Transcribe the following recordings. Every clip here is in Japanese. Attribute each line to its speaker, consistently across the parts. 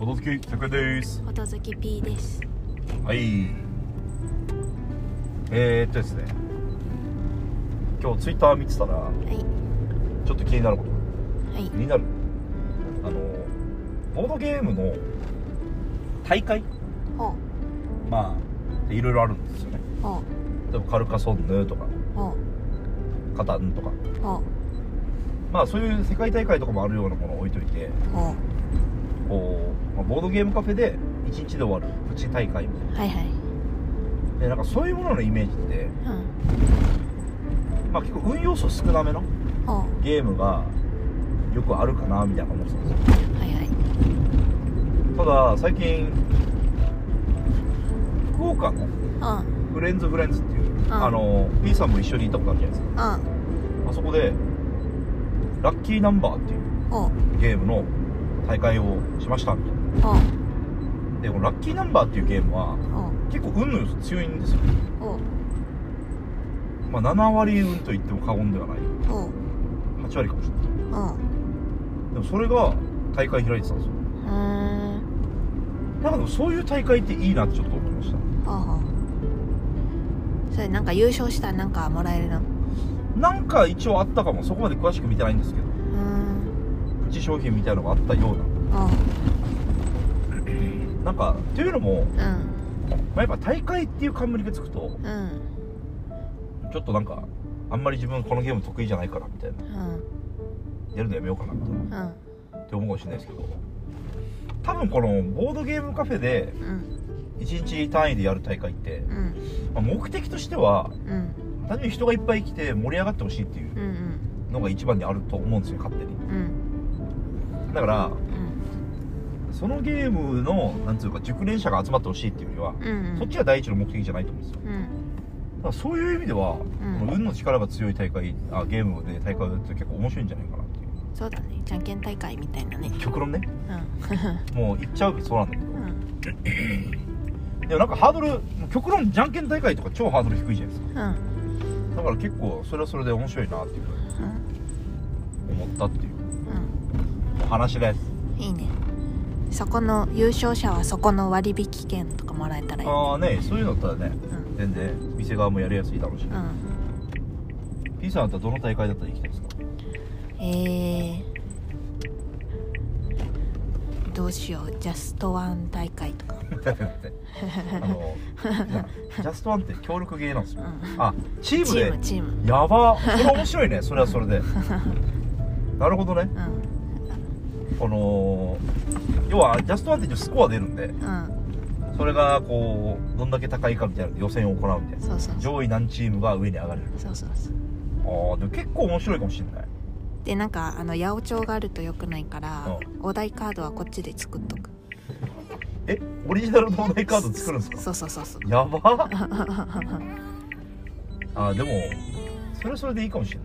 Speaker 1: 音月100円です
Speaker 2: 音好き P です
Speaker 1: はいえー、っとですね今日ツイッター見てたら
Speaker 2: はい
Speaker 1: ちょっと気になることが
Speaker 2: はい
Speaker 1: 気になるあのボードゲームの大会
Speaker 2: ほ
Speaker 1: まあいろいろあるんですよね
Speaker 2: うほ
Speaker 1: 例えばカルカソンヌとか
Speaker 2: うほ
Speaker 1: カタンとか
Speaker 2: うほ
Speaker 1: まあそういう世界大会とかもあるようなものを置いといて
Speaker 2: うほ
Speaker 1: こう、まあボードゲームカフェで1日で終わるプチ大会みたいう
Speaker 2: はいはい
Speaker 1: なでなんかそういうもののイメージって、
Speaker 2: うん
Speaker 1: まあ、結構運要素少なめの
Speaker 2: ほう
Speaker 1: ゲームがよくあるかなみたいな思ってたんですよ
Speaker 2: はいはい
Speaker 1: ただ最近福岡の
Speaker 2: うん
Speaker 1: フレンズフレンズっていう、
Speaker 2: ん
Speaker 1: あの P さんも一緒に行ったことあるじゃないです
Speaker 2: うん
Speaker 1: かあそこでラッキーナンバーっていう
Speaker 2: ほう
Speaker 1: ゲームの大会をしましたみたいな
Speaker 2: ほう
Speaker 1: でこのラッキーナンバーっていうゲームは
Speaker 2: ほう
Speaker 1: 結構運の要素強いんですよ、
Speaker 2: ほ
Speaker 1: まあ、7割運と言っても過言ではないう
Speaker 2: ほう
Speaker 1: 8割かもしれない
Speaker 2: うん
Speaker 1: でもそれが大会開いてたんですよ
Speaker 2: うーん
Speaker 1: なんかでもそういう大会っていいなってちょっと思いました
Speaker 2: ほうほうそれなんか優勝したらなんかもらえるのう
Speaker 1: なんか一応あったかもそこまで詳しく見てないんですけど
Speaker 2: ーん
Speaker 1: プチ商品みたいのがあったような
Speaker 2: ほう
Speaker 1: なんかというのも、
Speaker 2: うん
Speaker 1: まあ、やっぱ大会っていう冠がつくと
Speaker 2: うん
Speaker 1: ちょっとなんかあんまり自分このゲーム得意じゃないからみたいな
Speaker 2: うん
Speaker 1: やるのやめようかなみたい
Speaker 2: うんうん
Speaker 1: なって思うかもしれないですけど多分このボードゲームカフェで
Speaker 2: うん
Speaker 1: 1日単位でやる大会って、
Speaker 2: うん
Speaker 1: まあ目的としては
Speaker 2: うん
Speaker 1: 単純に人がいっぱい来て盛り上がってほしいっていう
Speaker 2: うん
Speaker 1: のが一番にあると思うんですよ勝手に
Speaker 2: うん
Speaker 1: だから
Speaker 2: うん
Speaker 1: そのゲームのなんつうか熟練者が集まってほしいっていうよりは、
Speaker 2: うん
Speaker 1: そっちが第一の目的じゃないと思うんですよ
Speaker 2: うん
Speaker 1: だからそういう意味では、この運の力が強い大会あゲームで大会をやるって結構面白いんじゃないかなっていう
Speaker 2: そうだねじゃんけん大会みたいなね
Speaker 1: 極論ね
Speaker 2: う
Speaker 1: もう言っちゃうけどそうなんだけ
Speaker 2: んうん
Speaker 1: どでもなんかハードル極論じゃんけん大会とか超ハードル低いじゃないです
Speaker 2: うん
Speaker 1: かだから結構それはそれで面白いなっていうふうに思ったっていう
Speaker 2: う
Speaker 1: お話です
Speaker 2: んいいねそこの優勝者はそこの割引券とかもらえたらいいね
Speaker 1: ああねそういうのだったらね
Speaker 2: うん
Speaker 1: 全然店側もやりやすいだろうし、P さんだったらどの大会だったら行きたい ですか
Speaker 2: うんえー、どうしようジャストワン大会とか
Speaker 1: あのいやジャストワンって協力ゲーなんですよ、
Speaker 2: う
Speaker 1: あチーム
Speaker 2: チ
Speaker 1: で
Speaker 2: ームチーム
Speaker 1: やばそれ面白いねそれはそ れでなるほどね
Speaker 2: うん
Speaker 1: この要はジャストワンって一応スコア出るんで
Speaker 2: うん
Speaker 1: それがこうどんだけ高いかみたいなので予選を行うみたいな
Speaker 2: そうそうそう
Speaker 1: 上位何チームが上に上がれる
Speaker 2: そうそうそう
Speaker 1: ああでも結構面白いかもしれない
Speaker 2: でなんかあの八百長があると良くないからお題カードはこっちで作っとく
Speaker 1: えオリジナルのお題カード作るんですか
Speaker 2: そうそうそうそう
Speaker 1: や ばあーでもそれはそれでいいかもしれ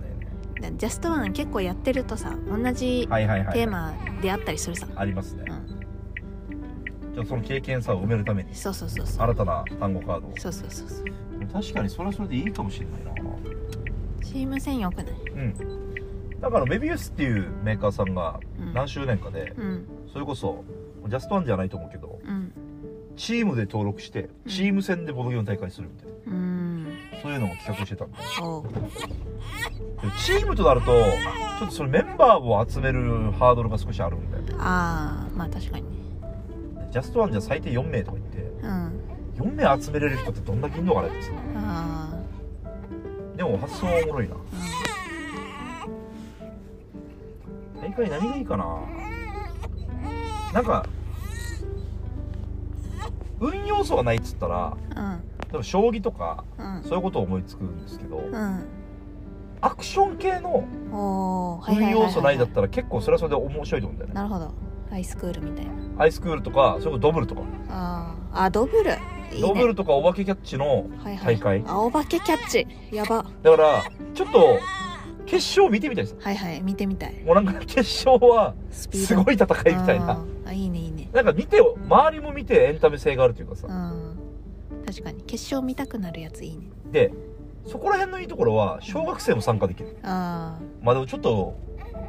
Speaker 1: ないね
Speaker 2: でジャストワン結構やってるとさ同じ
Speaker 1: はいはいはい
Speaker 2: テーマであったりするさ、
Speaker 1: ありますね
Speaker 2: うん、
Speaker 1: じゃあその経験さを埋めるために
Speaker 2: そうそうそうそう
Speaker 1: 新たな単語カードを
Speaker 2: そうそうそうそう
Speaker 1: 確かにそれはそれでいいかもしれないな
Speaker 2: チーム戦よくない
Speaker 1: うんだからメビウスっていうメーカーさんが
Speaker 2: うん
Speaker 1: 何周年かで、
Speaker 2: うん
Speaker 1: それこそジャストワンじゃないと思うけど
Speaker 2: うん
Speaker 1: チームで登録して
Speaker 2: うん
Speaker 1: チーム戦でボドゲの大会するみたいな、
Speaker 2: うん
Speaker 1: そういうのを企画してたんで
Speaker 2: おう
Speaker 1: でもチームとなるとちょっとそのメンバーを集めるハードルが少しあるんで
Speaker 2: ああまあ確かにね
Speaker 1: ジャストワンじゃ最低4名とか言って
Speaker 2: うん
Speaker 1: 4名集めれる人ってどんだけいんのかねってさ
Speaker 2: あ
Speaker 1: でも発想はおもろいな
Speaker 2: ーう
Speaker 1: 大会何がいいかななんか運要素がないっつったら
Speaker 2: ん
Speaker 1: 例えば将棋とか
Speaker 2: うん
Speaker 1: そういうことを思いつくんですけど、
Speaker 2: うん
Speaker 1: アクション系の
Speaker 2: うんおおはいは
Speaker 1: 運
Speaker 2: いはい、
Speaker 1: 要
Speaker 2: は
Speaker 1: 素
Speaker 2: い、
Speaker 1: ないだったら結構それはそれで面白いと思うんだよね
Speaker 2: なるほどハイスクールみたいな
Speaker 1: アイスクールとかそれこそドブルとか
Speaker 2: あーあドブルいいね
Speaker 1: ドブルとかお化けキャッチの
Speaker 2: はいは
Speaker 1: 大
Speaker 2: い
Speaker 1: 会
Speaker 2: あお化けキャッチやば
Speaker 1: だからちょっと決勝見てみたいです
Speaker 2: はいはい見てみたい
Speaker 1: もうなんか決勝は
Speaker 2: スピード
Speaker 1: すごい戦いみたい
Speaker 2: あ
Speaker 1: な
Speaker 2: ーあいいねいいね
Speaker 1: なんか見て周りも見てエンタメ性があるというかさ
Speaker 2: うん確かに決勝見たくなるやついいね
Speaker 1: でそこら辺のいいところは小学生も参加できる
Speaker 2: あ
Speaker 1: まあでもちょっと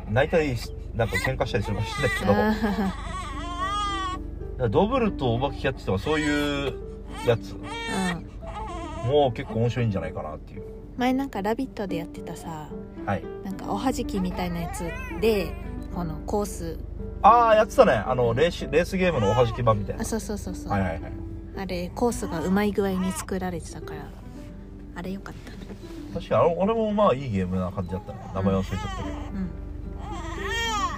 Speaker 1: 泣いたりしなんか喧嘩したりするかもしれない
Speaker 2: ーあー
Speaker 1: けどからドブルとお化けキャッチとかそういうやつ
Speaker 2: うん
Speaker 1: も結構面白いんじゃないかなっていう
Speaker 2: 前なんか「ラビット!」でやってたさ
Speaker 1: はい
Speaker 2: なんかおはじきみたいなやつでこのコース
Speaker 1: ああやってたねあのレーシレースゲームのおはじき版みたい
Speaker 2: あ
Speaker 1: な
Speaker 2: そうそうそうそう、
Speaker 1: はいはいはい
Speaker 2: あれコースがうまい具合に作られてたからあれよかった
Speaker 1: 確かにあの俺もまあいいゲームな感じだったね名前忘れちゃったけど
Speaker 2: う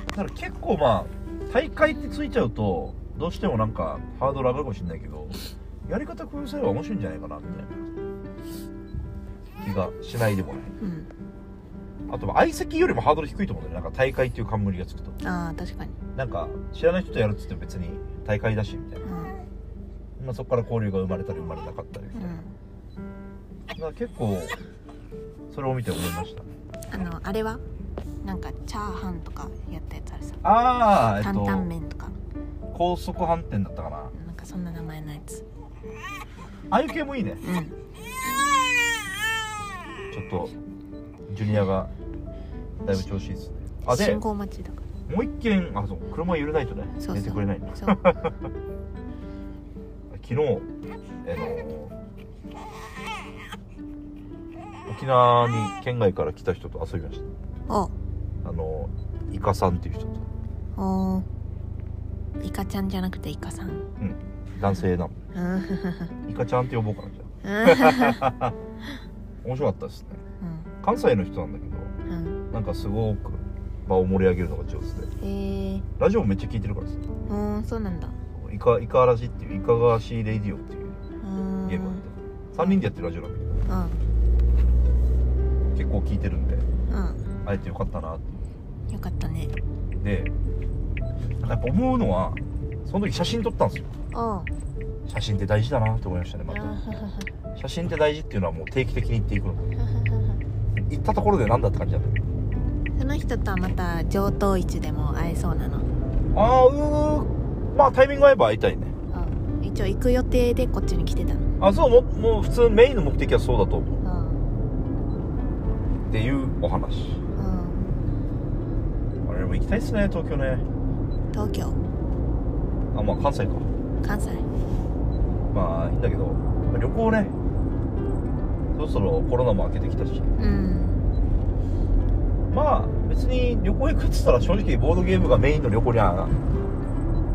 Speaker 2: ん
Speaker 1: だから結構まあ大会ってついちゃうとどうしてもなんかハードル上がるかもしれないけどやり方工夫すれば面白いんじゃないかなみたいな気がしないでもない
Speaker 2: うん
Speaker 1: あと相席よりもハードル低いと思うんだよねなんか大会っていう冠がつくと
Speaker 2: ああ確かに
Speaker 1: なんか知らない人とやるっつって別に大会だしみたいな、
Speaker 2: うん
Speaker 1: まあ、そこから交流が生まれたり生まれなかったりみた
Speaker 2: う
Speaker 1: いな、
Speaker 2: ん
Speaker 1: だから結構それを見て思いました
Speaker 2: あのあれはなんかチャーハンとかやったやつあるさ
Speaker 1: ああえっ
Speaker 2: 担
Speaker 1: と
Speaker 2: 々麺とか
Speaker 1: 高速反転だったかな
Speaker 2: なんかそんな名前のやつ
Speaker 1: ああいう系もいいね
Speaker 2: うん
Speaker 1: ちょっとジュニアがだいぶ調子いいですねあで
Speaker 2: 信
Speaker 1: も
Speaker 2: 号待ちだか
Speaker 1: う一件あそう車揺れないとね
Speaker 2: そうそう
Speaker 1: 寝てくれないんで
Speaker 2: ら そう
Speaker 1: 昨日あの沖縄に県外から来た人と遊びまし
Speaker 2: お
Speaker 1: たあのイカさんっていう人と
Speaker 2: おーイカちゃんじゃなくてイカさん
Speaker 1: 男性なの
Speaker 2: うん
Speaker 1: イカちゃんって呼ぼうかなじゃあ面白かったですね
Speaker 2: うん
Speaker 1: 関西の人なんだけど
Speaker 2: うん
Speaker 1: なんかすごく場を盛り上げるのが上手で
Speaker 2: えー、
Speaker 1: ラジオもめっちゃ聞いてるからさ
Speaker 2: うんそうなんだ
Speaker 1: イカイカラジっていうイカガーシーレディオっていう
Speaker 2: うん
Speaker 1: ゲームあって3人でやってるラジオなんだけ
Speaker 2: うん
Speaker 1: ど結構聞いてるんで
Speaker 2: う
Speaker 1: 会えてよかったなって
Speaker 2: んよかったね
Speaker 1: でなんかやっぱ思うのはその時写真撮ったんですよ
Speaker 2: おう
Speaker 1: 写真って大事だなって思いましたねまた
Speaker 2: う
Speaker 1: 写真って大事っていうのはもう定期的に言っていくの行ったところで何だって感じだった
Speaker 2: その人とはまた上等市でも会えそうなの
Speaker 1: ああうーまあタイミング合えば会いたいね
Speaker 2: うん一応行く予定でこっちに来てたの
Speaker 1: あそうももう普通メインの目的はそうだと思う
Speaker 2: うん
Speaker 1: っていうお話
Speaker 2: うん
Speaker 1: あれでも行きたいっすね東京ね
Speaker 2: 東京
Speaker 1: あまあ関西か
Speaker 2: 関西
Speaker 1: まあいいんだけど旅行ねそろそろコロナも明けてきたし
Speaker 2: うん
Speaker 1: まあ別に旅行行くっつったら正直ボードゲームがメインの旅行には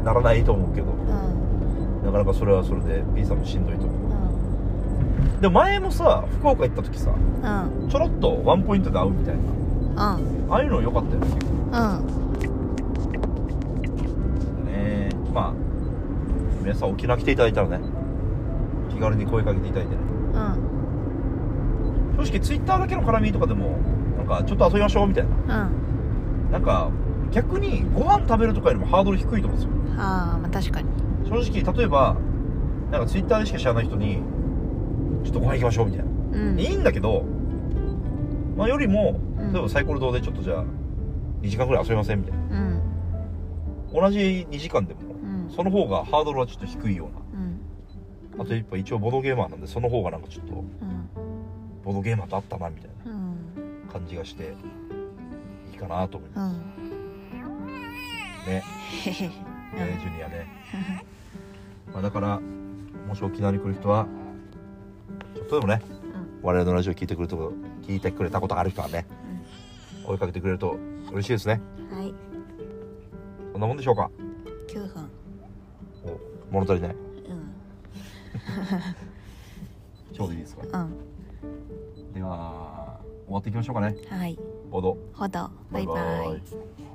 Speaker 1: ならないと思うけど
Speaker 2: うん
Speaker 1: なかなかそれはそれで P さんもしんどいと思
Speaker 2: う
Speaker 1: う
Speaker 2: ん
Speaker 1: でも前もさ福岡行った時さ
Speaker 2: うん
Speaker 1: ちょろっとワンポイントで会うみたい
Speaker 2: うん
Speaker 1: なああいうの良かったよね結
Speaker 2: うん
Speaker 1: 構ねまあ皆さん沖縄来ていただいたらね気軽に声かけていただいてね
Speaker 2: うん
Speaker 1: 正直 Twitter だけの絡みとかでもなんかちょっと遊びましょうみたいな
Speaker 2: うん
Speaker 1: なんか逆にご飯食べるとかよりもハードル低いと思うんで
Speaker 2: ああまあ確かに
Speaker 1: すよ正直例えばなんかツイッターでしか知らない人にちょっとご飯行きましょうみたいな、
Speaker 2: うん
Speaker 1: いいんだけどまあよりも
Speaker 2: うん
Speaker 1: 例えばサイコロ堂でちょっとじゃあ2時間ぐらい遊びませんみたいな
Speaker 2: うん
Speaker 1: 同じ2時間でも
Speaker 2: うん
Speaker 1: その方がハードルはちょっと低いよう
Speaker 2: うん
Speaker 1: なあとやっぱ一応ボードゲーマーなんでその方がなんかちょっと
Speaker 2: うん
Speaker 1: ボードゲーマーと合ったなみたい
Speaker 2: うん
Speaker 1: な感じがしていいかなと思いま
Speaker 2: うん
Speaker 1: すね
Speaker 2: へへへ
Speaker 1: ねジュニアねまあ、だからもし沖縄に来る人はちょっとでもね、
Speaker 2: ん
Speaker 1: 我々のラジオ聞いてくれたこと聞いてくれたことがある人はね、追いかけてくれると嬉しいですね
Speaker 2: はい
Speaker 1: そんなもんでしょうか
Speaker 2: 9分
Speaker 1: お物足りない
Speaker 2: うん
Speaker 1: ちょうどいいですか
Speaker 2: うん
Speaker 1: では終わっていきましょうかね
Speaker 2: はい
Speaker 1: ボード
Speaker 2: ほどバイバイ